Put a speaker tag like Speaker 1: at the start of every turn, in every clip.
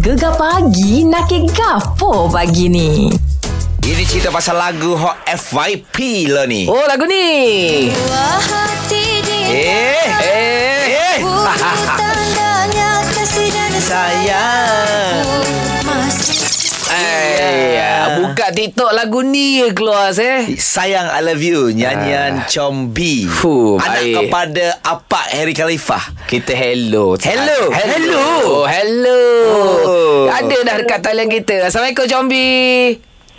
Speaker 1: Gegar pagi nak ke gapo pagi ni?
Speaker 2: Ini cerita pasal lagu Hot FYP lah ni.
Speaker 3: Oh lagu ni
Speaker 4: Buah hati dia
Speaker 2: Eh, eh, eh.
Speaker 4: Wujud tandanya kasih dan
Speaker 2: Sayang.
Speaker 4: Masih
Speaker 3: Eh,
Speaker 2: Ya.
Speaker 3: Buka TikTok lagu ni je keluar eh.
Speaker 2: Sayang I Love You Nyanyian Chombi
Speaker 3: Fuh,
Speaker 2: Anak
Speaker 3: baik.
Speaker 2: kepada Apak Harry Khalifah
Speaker 3: Kita ah, hello
Speaker 2: Hello.
Speaker 3: Hello Hello, hello.
Speaker 2: Oh.
Speaker 3: Ada dah dekat talian kita Assalamualaikum Combi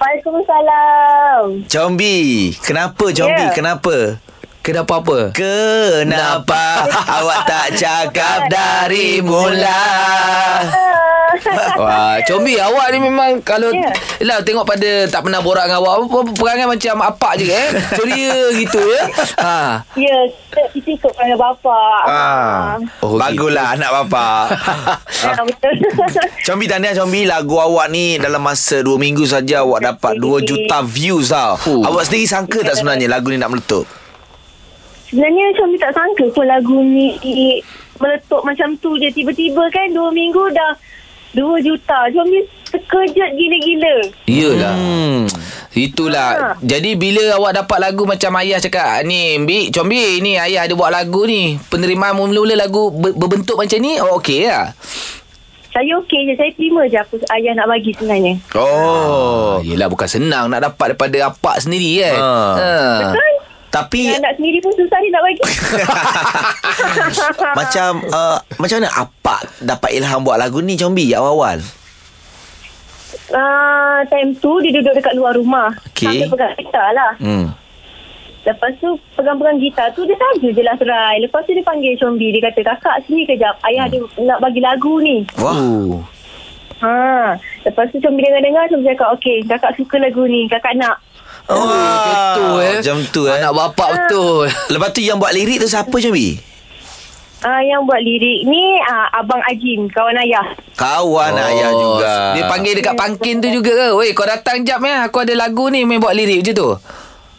Speaker 5: Waalaikumsalam.
Speaker 2: Chombi Kenapa Chombi
Speaker 5: Ya.
Speaker 2: Kenapa
Speaker 3: Kenapa apa?
Speaker 2: Kenapa Awak tak cakap dari mula
Speaker 3: Wah, Combi Ah, awak ni memang kalau
Speaker 5: Ya.
Speaker 3: yeah. lah tengok pada tak pernah borak dengan awak apa perangai macam apak je eh. Ceria gitu ya. Ha.
Speaker 5: Ya, kita, kita ikut panggil bapak.
Speaker 2: Ah, oh,
Speaker 3: Oh,
Speaker 2: Baguslah anak bapa
Speaker 5: Ya, betul.
Speaker 2: Combi tahniah Combi Lagu awak ni Dalam masa 2 minggu saja Awak dapat 2 juta views tau
Speaker 3: Fuh.
Speaker 2: Awak sendiri sangka tak sebenarnya Lagu ni nak meletup
Speaker 5: Sebenarnya Syamli tak sangka pun lagu ni i- meletup macam tu je. Tiba-tiba kan dua minggu dah dua juta. Syamli terkejut gila-gila.
Speaker 3: Iyalah.
Speaker 2: Hmm
Speaker 3: Itulah.
Speaker 5: Ha.
Speaker 3: Jadi bila awak dapat lagu macam ayah cakap, ni Bi, Combi, ni ayah ada buat lagu ni. Penerimaan mula-mula lagu ber- berbentuk macam ni, oh, okey lah.
Speaker 5: Saya okey je. Saya terima je apa ayah nak bagi sebenarnya.
Speaker 2: Oh
Speaker 3: Oh. Yelah bukan senang nak dapat daripada apak sendiri kan.
Speaker 2: Ha.
Speaker 3: Ha.
Speaker 5: Kan?
Speaker 2: Tapi
Speaker 5: Yang anak sendiri pun susah ni nak bagi.
Speaker 2: Macam uh, Macam mana Apak dapat ilham buat lagu ni Combi Awal-awal
Speaker 5: Ah, time tu dia duduk dekat luar rumah.
Speaker 2: Okey.
Speaker 5: Sambil pegang gitar lah.
Speaker 2: Hmm
Speaker 5: Lepas tu pegang-pegang gitar tu dia saja je lah serai. Lepas tu dia panggil Chombi. Dia kata kakak sini kejap. Ayah ada nak bagi lagu ni.
Speaker 2: Wah
Speaker 3: Uh.
Speaker 5: Ha. Lepas tu Chombi dengar-dengar. Chombi cakap okey kakak suka lagu ni. Kakak nak.
Speaker 2: Oh,
Speaker 3: Macam tu eh.
Speaker 2: Macam tu eh
Speaker 3: Anak bapak betul.
Speaker 2: Lepas tu yang buat lirik tu siapa Combi?
Speaker 5: Ah, yang buat lirik ni ah, Abang Ajin. Kawan ayah.
Speaker 2: Kawan oh, ayah juga
Speaker 3: Dia panggil dekat pangkin tu juga ke? Weh, kau datang jap ya. Aku ada lagu ni main buat lirik je tu.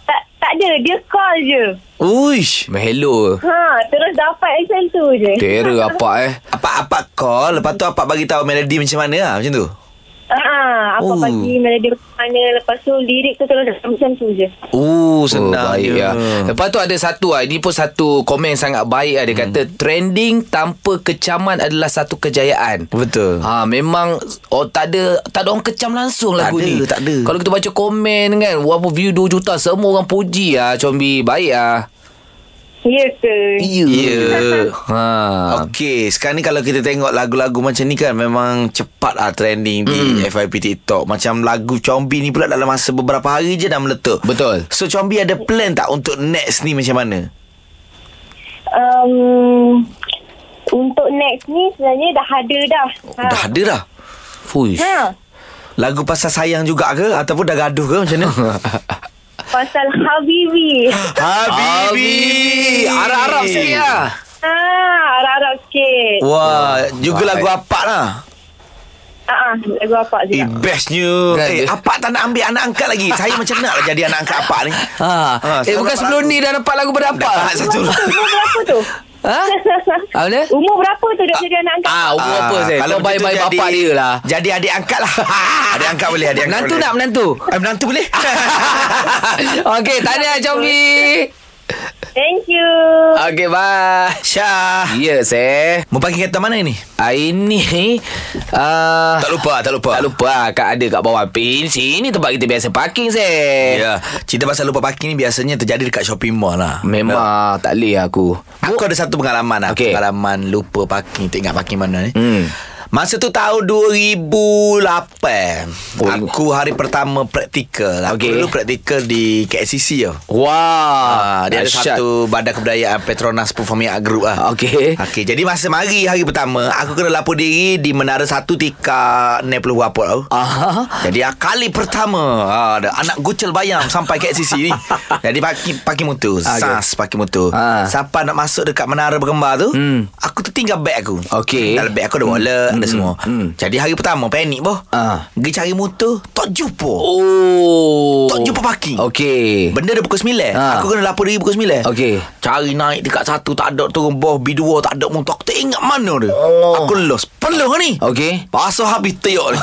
Speaker 5: Tak tak ada. Dia call je.
Speaker 2: Uish
Speaker 3: Main hello.
Speaker 5: Ha. Terus dapat macam tu je.
Speaker 3: Terror apak eh.
Speaker 2: Apak-apak call Lepas tu Apak bagi tahu melodi macam mana lah Macam tu
Speaker 5: Ha. Apa
Speaker 2: Oh.
Speaker 5: pagi melodi macam mana. Lepas tu lirik tu terus dapat macam tu je.
Speaker 2: Oh
Speaker 3: oh,
Speaker 2: senang
Speaker 3: baik ya. Lepas tu ada satu ah ini pun satu komen sangat baik ah dia kata
Speaker 2: Hmm.
Speaker 3: trending tanpa kecaman adalah satu kejayaan.
Speaker 2: Betul
Speaker 3: Ha memang oh tak ada tak ada orang kecam langsung
Speaker 2: Tak
Speaker 3: lagu
Speaker 2: ada,
Speaker 3: ni.
Speaker 2: tak ada.
Speaker 3: Kalau kita baca komen kan berapa view 2 juta semua orang puji ah Combi baik ah.
Speaker 5: Ya ke?
Speaker 2: Ya yeah.
Speaker 3: Ha.
Speaker 2: Okey, sekarang ni kalau kita tengok lagu-lagu macam ni kan memang cepat lah trending di
Speaker 3: Hmm.
Speaker 2: FYP TikTok. Macam lagu Combi ni pula dalam masa beberapa hari je dah meletup.
Speaker 3: Betul.
Speaker 2: So Combi ada plan tak untuk next ni macam mana?
Speaker 5: um, untuk next ni sebenarnya dah ada dah.
Speaker 2: Ha.
Speaker 3: Ah.
Speaker 2: Dah ada dah.
Speaker 3: Fuish.
Speaker 5: Ha.
Speaker 2: Lagu pasal sayang juga ke ataupun dah gaduh ke macam mana?
Speaker 5: Pasal Habibi.
Speaker 3: Ah.
Speaker 2: Habibi.
Speaker 3: Arab-Arab sikit lah.
Speaker 5: ha, harap-harap sikit.
Speaker 3: Oh.
Speaker 2: Wah, juga
Speaker 3: Baik. Ya.
Speaker 2: lagu apak lah.
Speaker 5: Ah, ah, lagu apa je.
Speaker 2: Eh,
Speaker 5: lah.
Speaker 2: bestnya.
Speaker 3: Kan
Speaker 2: Eh,
Speaker 3: dia?
Speaker 2: apak tak nak ambil anak angkat lagi. Saya macam nak lah jadi anak angkat apak ni.
Speaker 3: Ha. eh
Speaker 2: selalu
Speaker 3: bukan
Speaker 2: dapat
Speaker 3: sebelum
Speaker 2: lagu.
Speaker 3: ni dah dapat lagu pada apak.
Speaker 2: Dapat satu.
Speaker 5: Umur berapa tu?
Speaker 3: Ha? Apa dia?
Speaker 5: Umur berapa tu dah jadi anak angkat?
Speaker 3: Ah, umur
Speaker 2: Ah,
Speaker 3: apa saya? Kau
Speaker 2: macam tu
Speaker 3: baik-baik
Speaker 2: jadi-
Speaker 3: bapak dia lah.
Speaker 2: Jadi adik angkat lah Adik angkat boleh adik angkat
Speaker 3: Menantu
Speaker 2: boleh.
Speaker 3: nak menantu.
Speaker 2: Eh, menantu boleh
Speaker 3: Okey, tahniah Combi.
Speaker 5: Thank you.
Speaker 3: Okey, bye.
Speaker 2: Syah
Speaker 3: Yes eh
Speaker 2: Ya. Mau pakai kereta mana ni?
Speaker 3: Hari ni uh,
Speaker 2: Tak lupa tak lupa
Speaker 3: Tak lupa lah Kat ada kat bawah pin Sini tempat kita biasa parking seh yeah.
Speaker 2: Ya Cerita pasal lupa parking ni Biasanya terjadi dekat shopping mall lah
Speaker 3: Memang ah, tak boleh aku
Speaker 2: Aku ada satu pengalaman lah
Speaker 3: Okey.
Speaker 2: Pengalaman lupa parking Tak ingat parking mana ni
Speaker 3: Hmm.
Speaker 2: Masa tu tahun 2008
Speaker 3: Oh,
Speaker 2: Aku hari pertama praktikal Aku
Speaker 3: Okey.
Speaker 2: dulu praktikal di KCC tau
Speaker 3: Wah
Speaker 2: Ah, dia ada satu badan kebudayaan Petronas Performing Art Group lah.
Speaker 3: Okey.
Speaker 2: Okey, jadi masa mari hari pertama, aku kena lapor diri di Menara Satu Tika Nepal Wapot tau.
Speaker 3: Ah,
Speaker 2: Jadi ah, kali pertama ah, ada anak gucel bayam sampai KCC ni. Jadi parking parking motor,
Speaker 3: Ah, okey.
Speaker 2: SAS parking motor.
Speaker 3: Ah.
Speaker 2: Siapa nak masuk dekat Menara Berkembar tu,
Speaker 3: Hmm.
Speaker 2: aku tertinggal beg aku.
Speaker 3: Okey.
Speaker 2: Dalam beg aku ada wallet, ada Mana semua
Speaker 3: hmm.
Speaker 2: Jadi hari pertama Panik boh
Speaker 3: Ah.
Speaker 2: Pergi cari motor Tak jumpa
Speaker 3: Oh.
Speaker 2: Tak jumpa parking.
Speaker 3: Okey.
Speaker 2: Benda dah pukul 9
Speaker 3: Eh. Ha.
Speaker 2: Aku kena lapor diri pukul 9
Speaker 3: Okey.
Speaker 2: Cari naik dekat satu Tak ada turun bawah B2 tak ada motor Aku tak ingat mana dia oh. Aku lost Peluh ni
Speaker 3: Okey.
Speaker 2: Pasal habis teyok ni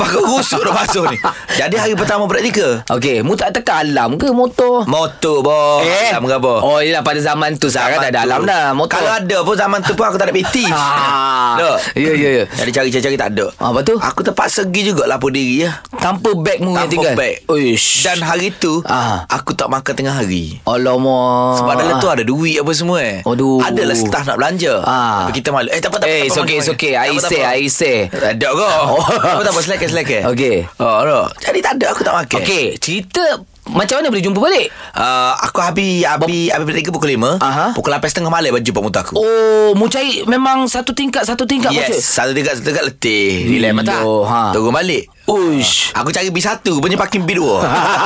Speaker 2: Pakai rusuk dah pasal ni Jadi hari pertama praktikal
Speaker 3: Okey, mu tak tekan alam ke motor?
Speaker 2: Motor boh Alam ke apa
Speaker 3: Oh, yelah pada zaman tu sekarang dah ada
Speaker 2: Eh. tu.
Speaker 3: alam dah motor.
Speaker 2: Kalau ada pun zaman tu pun aku tak ada peti
Speaker 3: Ah.
Speaker 2: Tak?
Speaker 3: Ya, ya, ya.
Speaker 2: Jadi cari-cari tak ada
Speaker 3: Ah, lepas tu?
Speaker 2: Aku terpaksa pergi juga lapor diri ya
Speaker 3: tanpa beg mu yang
Speaker 2: Tanpa
Speaker 3: tinggal.
Speaker 2: beg
Speaker 3: Uish.
Speaker 2: Dan hari tu
Speaker 3: Ah.
Speaker 2: Aku tak makan tengah hari
Speaker 3: Alamak.
Speaker 2: Sebab dalam tu ada duit apa semua eh.
Speaker 3: Ah. Aduh.
Speaker 2: Adalah staff nak belanja.
Speaker 3: Ah.
Speaker 2: Tapi kita malu. Eh tak apa tak apa.
Speaker 3: Eh, it's okay, it's okay. I say, I say.
Speaker 2: Ada ke?
Speaker 3: Oh.
Speaker 2: Tak apa tak apa silakan silakan.
Speaker 3: Okey.
Speaker 2: Oh, no. Jadi tak ada aku tak makan.
Speaker 3: Okey, cerita macam mana boleh jumpa balik?
Speaker 2: Uh, aku habis habis habis bertiga pukul 5.
Speaker 3: Aha.
Speaker 2: Pukul 8.30 malam baju jumpa muta aku.
Speaker 3: Oh, mu cari memang satu tingkat satu tingkat
Speaker 2: yes,
Speaker 3: macam.
Speaker 2: satu dekat satu dekat letih. Relax mata.
Speaker 3: Yo, ha.
Speaker 2: Turun balik. Ah,
Speaker 3: Uish.
Speaker 2: Aku cari B1 punya parking B2.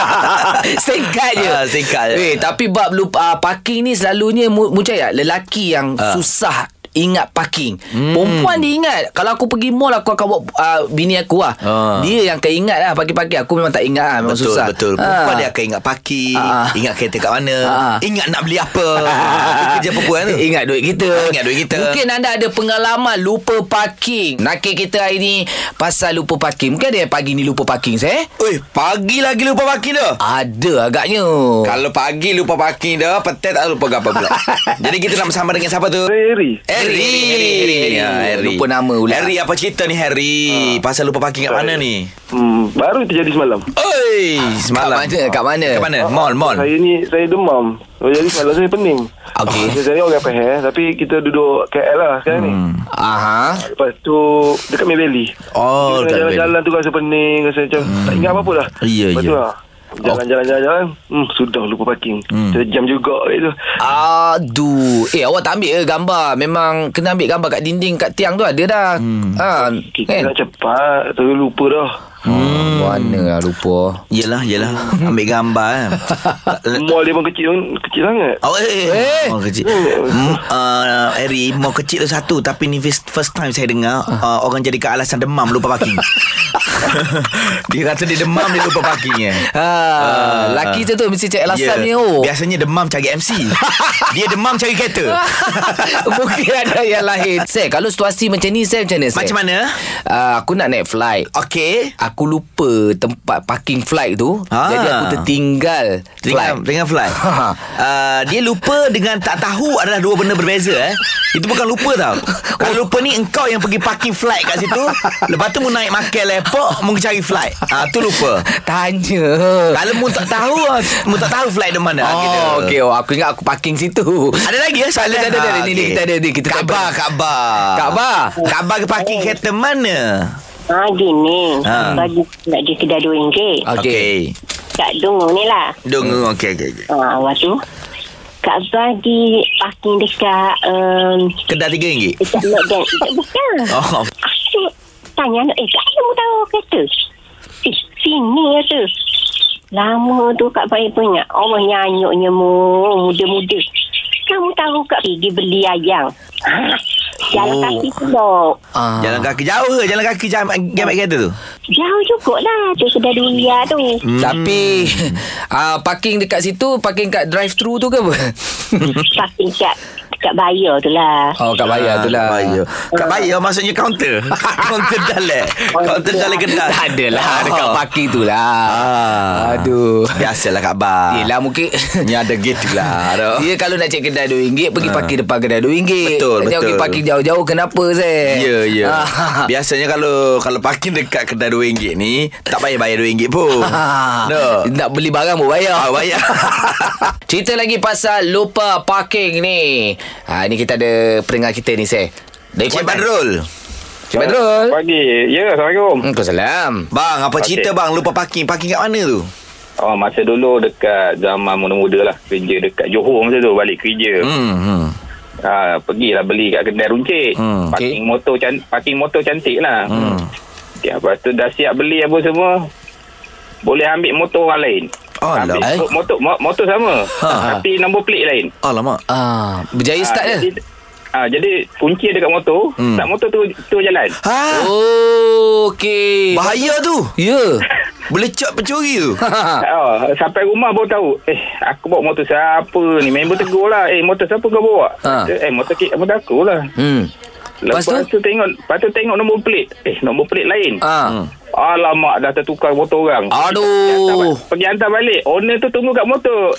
Speaker 3: Singkat je
Speaker 2: Ah, singkat je.
Speaker 3: Weh, Tapi bab lupa uh, parking ni Selalunya mu, mu cakap Lelaki yang
Speaker 2: Ah.
Speaker 3: susah Ingat parking hmm. Perempuan dia ingat Kalau aku pergi mall Aku akan bawa uh, Bini aku lah
Speaker 2: Ah.
Speaker 3: Dia yang akan ingat lah Pagi-pagi Aku memang tak ingat lah Memang
Speaker 2: Betul,
Speaker 3: susah
Speaker 2: betul. Perempuan dia akan ingat parking,
Speaker 3: Ah.
Speaker 2: ingat kereta kat mana,
Speaker 3: Ah.
Speaker 2: ingat nak beli apa. Itu kerja perempuan tu.
Speaker 3: Ingat duit kita
Speaker 2: Ah, ingat duit kita.
Speaker 3: Mungkin anda ada pengalaman Lupa parking Nakik kita hari ni Pasal lupa parking Mungkin ada yang pagi ni lupa parking saya
Speaker 2: Oi, pagi lagi lupa parking dah.
Speaker 3: Ada agaknya
Speaker 2: Kalau pagi lupa parking dah, petang tak lupa gapo pula. Jadi kita nak bersama dengan siapa tu?
Speaker 6: Seri
Speaker 2: Harry.
Speaker 3: Harry, Harry, Harry.
Speaker 2: Ya, Harry.
Speaker 3: Lupa nama pula.
Speaker 2: Harry apa cerita ni Harry? Pasal lupa parking kat mana ni?
Speaker 6: hmm, Baru terjadi semalam
Speaker 2: Oi, semalam.
Speaker 3: mana? Kat mana?
Speaker 2: Kat Ah, mana? Mall, mall.
Speaker 6: Saya ni Saya demam Oh, Jadi semalam saya pening
Speaker 3: Okey.
Speaker 6: Saya, saya orang Pahal Tapi kita duduk KL lah sekarang hmm. ni
Speaker 3: Aha.
Speaker 6: Lepas tu Dekat Maybelli
Speaker 2: Oh, dekat Maybelli.
Speaker 6: Jalan-jalan tu rasa pening Rasa macam hmm. Tak ingat apa-apa lah
Speaker 2: Ya,
Speaker 6: Lepas tu
Speaker 2: ya.
Speaker 6: lah Jalan-jalan-jalan hmm, Sudah lupa parking hmm. Sejam juga itu
Speaker 3: Aduh Eh awak tak ambil ke gambar Memang kena ambil gambar kat dinding Kat tiang tu ada dah hmm. ha,
Speaker 6: Kita
Speaker 3: kan?
Speaker 6: nak cepat Terus lupa dah
Speaker 3: hmm. Mana lah lupa
Speaker 2: Yelah, yelah. Ambil gambar kan.
Speaker 6: Mall dia pun kecil Kecil sangat
Speaker 2: Oh, eh,
Speaker 3: Eh.
Speaker 2: eh. Mall kecil. Mm, uh, Harry, mall kecil tu satu. Tapi ni first, first time saya dengar uh, orang jadikan alasan demam lupa parking. dia kata dia demam, dia lupa parking eh.
Speaker 3: ha, uh, Laki tu tu mesti cek alasan yeah. ni oh
Speaker 2: Ya. Biasanya demam cari MC Dia demam cari kereta
Speaker 3: Mungkin ada yang lain Saya kalau situasi macam ni Saya macam mana Sel?
Speaker 2: Macam mana?
Speaker 3: uh, Aku nak naik flight
Speaker 2: Okey
Speaker 3: Aku lupa tempat parking flight tu
Speaker 2: Ah.
Speaker 3: Jadi aku tertinggal flight
Speaker 2: dengan, dengan fly
Speaker 3: Ha.
Speaker 2: uh, Dia lupa dengan tak tahu adalah dua benda berbeza eh. Itu bukan lupa tau Kalau lupa ni engkau yang pergi parking flight kat situ Lepas tu mu naik makan airport Mu cari flight Ah Tu lupa
Speaker 3: Tanya
Speaker 2: Kalau mu tak tahu ah, Mu tak tahu flight di mana ah, kita.
Speaker 3: Oh, okey. Oh, aku ingat aku parking situ.
Speaker 2: Ada lagi ya soalan?
Speaker 3: Ada, ada, ada. Ni, ni, kita ada, ni, kita Oh.
Speaker 2: Kabar,
Speaker 3: table.
Speaker 2: kabar
Speaker 3: Kabar.
Speaker 2: Kabar ke parking kereta mana?
Speaker 7: Ha gini
Speaker 2: Ha.
Speaker 7: ha. Baju nak dia kedai
Speaker 3: Ah.
Speaker 7: RM2
Speaker 3: Okey. Hmm.
Speaker 7: Kat Dungu ni lah
Speaker 2: Dung, okey, okey okey.
Speaker 7: Ha lepas tu Kak Zuan di parking dekat um,
Speaker 2: Kedai tiga ringgit
Speaker 7: Dekat Lockdown Dekat bukan
Speaker 2: Oh
Speaker 7: Aku tanya anak Eh kat mana mu tahu kereta Eh sini kata Lama tu Kak Baik punya Allah nyanyuknya mu Muda-muda Kamu tahu Kak pergi beli ayam ha, Jalan
Speaker 2: Oh.
Speaker 7: oh. kaki pulak
Speaker 3: Ah.
Speaker 2: Jalan kaki jauh ke Jalan kaki jam, jam kereta tu
Speaker 7: Jauh cukup lah Tu kedai dunia tu
Speaker 3: Hmm. Tapi uh, parking dekat situ, parking kat drive-thru tu ke apa?
Speaker 7: Parking kat Dekat bayar tu lah
Speaker 3: oh, kat bayar tu lah.
Speaker 2: Ah, Bayar Kat bayar maksudnya kaunter Kaunter dalek Kaunter dalek kedai
Speaker 3: Tak adalah oh. dekat parking tu lah.
Speaker 2: lah. Ah.
Speaker 3: Aduh.
Speaker 2: Biasalah kat bar
Speaker 3: Yelah mungkin
Speaker 2: Ni ada gitu lah doh.
Speaker 3: Dia kalau nak cek kedai RM2 Pergi parking depan kedai RM2
Speaker 2: Ah. Betul,
Speaker 3: Jangan
Speaker 2: betul.
Speaker 3: pergi parking jauh-jauh Kenapa saya
Speaker 2: Ya ya
Speaker 3: Ah.
Speaker 2: Biasanya kalau Kalau parking dekat kedai RM2 ni Tak payah bayar RM2 pun
Speaker 3: Ah,
Speaker 2: No
Speaker 3: Nak beli barang pun bayar
Speaker 2: Ah, bayar.
Speaker 3: Cerita lagi pasal lupa parking ni ha, Ni kita ada pendengar kita ni saya Dari
Speaker 2: Cik
Speaker 3: Kuantan.
Speaker 2: Badrul
Speaker 3: Cik Badrul
Speaker 6: Pagi Ya Assalamualaikum
Speaker 3: Hmm, Waalaikumsalam
Speaker 2: Bang apa
Speaker 6: Okey.
Speaker 2: cerita bang Lupa parking Parking kat mana tu
Speaker 6: Oh, masa dulu dekat zaman muda-muda lah. Kerja dekat Johor masa tu, balik kerja.
Speaker 2: Hmm, hmm.
Speaker 6: Ha, pergilah beli kat kedai runcit.
Speaker 2: Hmm,
Speaker 6: Hmm,
Speaker 3: okey.
Speaker 6: parking motor can, parking motor cantik lah. Hmm. Okay, lepas tu dah siap beli apa semua. Boleh ambil motor orang lain.
Speaker 2: Alah. eh.
Speaker 6: ambil motor, motor, mo- motor sama.
Speaker 2: Ha, ha.
Speaker 6: Ha, tapi nombor plate lain.
Speaker 2: Eh, Alamak
Speaker 3: Ah, berjaya start
Speaker 6: Ah,
Speaker 3: dia.
Speaker 6: jadi- ha, jadi kunci dekat motor, hmm. tak motor tu tu jalan.
Speaker 2: Ha?
Speaker 3: Ah. Oh, okey.
Speaker 2: Bahaya tu.
Speaker 3: Ya.
Speaker 2: Boleh cop pencuri tu.
Speaker 3: Hmm. Ah.
Speaker 6: Ha. Ha, sampai rumah baru tahu Eh aku bawa motor siapa ni Member tegur lah Eh motor siapa kau bawa
Speaker 3: Ha.
Speaker 6: ha. Eh motor, ki- motor aku lah
Speaker 3: Hmm.
Speaker 6: Lepas,
Speaker 3: Lepas
Speaker 6: tu? tengok Lepas tu tengok nombor pelit Eh nombor pelit lain
Speaker 3: Ah.
Speaker 6: Alamak dah tertukar motor orang
Speaker 3: Aduh.
Speaker 6: Pergi hantar balik Owner tu tunggu kat motor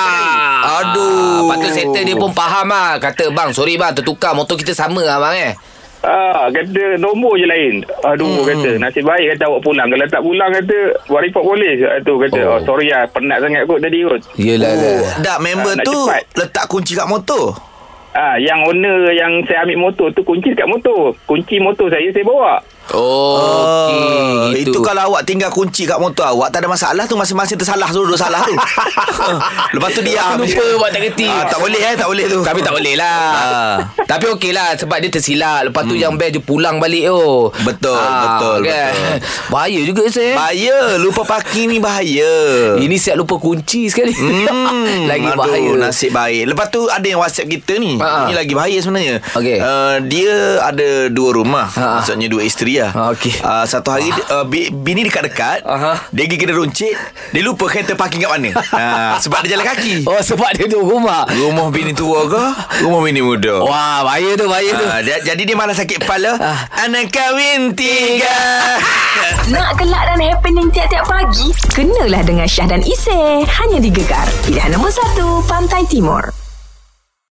Speaker 3: Ah,
Speaker 2: Aduh.
Speaker 3: Patut settle dia pun faham lah Kata bang Sorry bang Tertukar motor kita sama lah bang eh
Speaker 6: Ah, kata nombor je lain. Aduh, hmm. kata. Nasib baik kata awak pulang. Kalau tak pulang, kata, buat report polis. Ah, Tu kata, oh. Ya. oh sorry lah. Penat sangat kot tadi kot.
Speaker 3: Yelah oh.
Speaker 2: Dak member
Speaker 6: Ah, nak
Speaker 2: tu
Speaker 6: cepat.
Speaker 2: letak kunci kat motor.
Speaker 6: Ah, yang owner yang saya ambil motor tu, kunci dekat motor. Kunci motor saya, saya bawa.
Speaker 3: Oh,
Speaker 2: Ah,
Speaker 3: okay, gitu.
Speaker 2: Itu kalau awak tinggal kunci kat motor awak Tak ada masalah tu Masing-masing tersalah tu Dua salah tu Lepas tu diam
Speaker 3: Lupa
Speaker 2: je.
Speaker 3: buat tak kerti
Speaker 2: ah, Tak boleh eh Tak boleh tu
Speaker 3: Tapi tak boleh lah
Speaker 2: Ah. Hmm.
Speaker 3: Tapi okey lah Sebab dia tersilap Lepas tu yang best Dia pulang balik oh. kan?
Speaker 2: Betul, betul, betul.
Speaker 3: Bahaya juga saya
Speaker 2: Bahaya Lupa parking ni bahaya
Speaker 3: Ini siap lupa kunci sekali
Speaker 2: Hmm,
Speaker 3: Lagi
Speaker 2: aduh,
Speaker 3: bahaya
Speaker 2: Nasib baik Lepas tu ada yang whatsapp kita ni
Speaker 3: Ha, ha.
Speaker 2: Ini lagi bahaya sebenarnya
Speaker 3: Okey.
Speaker 2: uh, Dia ada dua rumah
Speaker 3: Ha, ha.
Speaker 2: Maksudnya dua isteri lah
Speaker 3: Ha, okey. Ah.
Speaker 2: uh, Satu hari uh, bi- Bini dekat-dekat
Speaker 3: Aha.
Speaker 2: Dia pergi kena runcit Dia lupa kereta parking kat mana uh, Sebab dia jalan kaki
Speaker 3: Oh sebab dia duduk rumah
Speaker 2: Rumah bini tua ke Rumah bini muda
Speaker 3: Wah bahaya tu bahaya tu
Speaker 2: Ah, dia, jadi dia malah sakit kepala
Speaker 3: Ah.
Speaker 2: Anak kahwin tiga
Speaker 1: Nak kelak dan happening tiap-tiap pagi? Kenalah dengan Syah dan Isy. Hanya di Gegar. Pilihan nombor 1, Pantai Timur.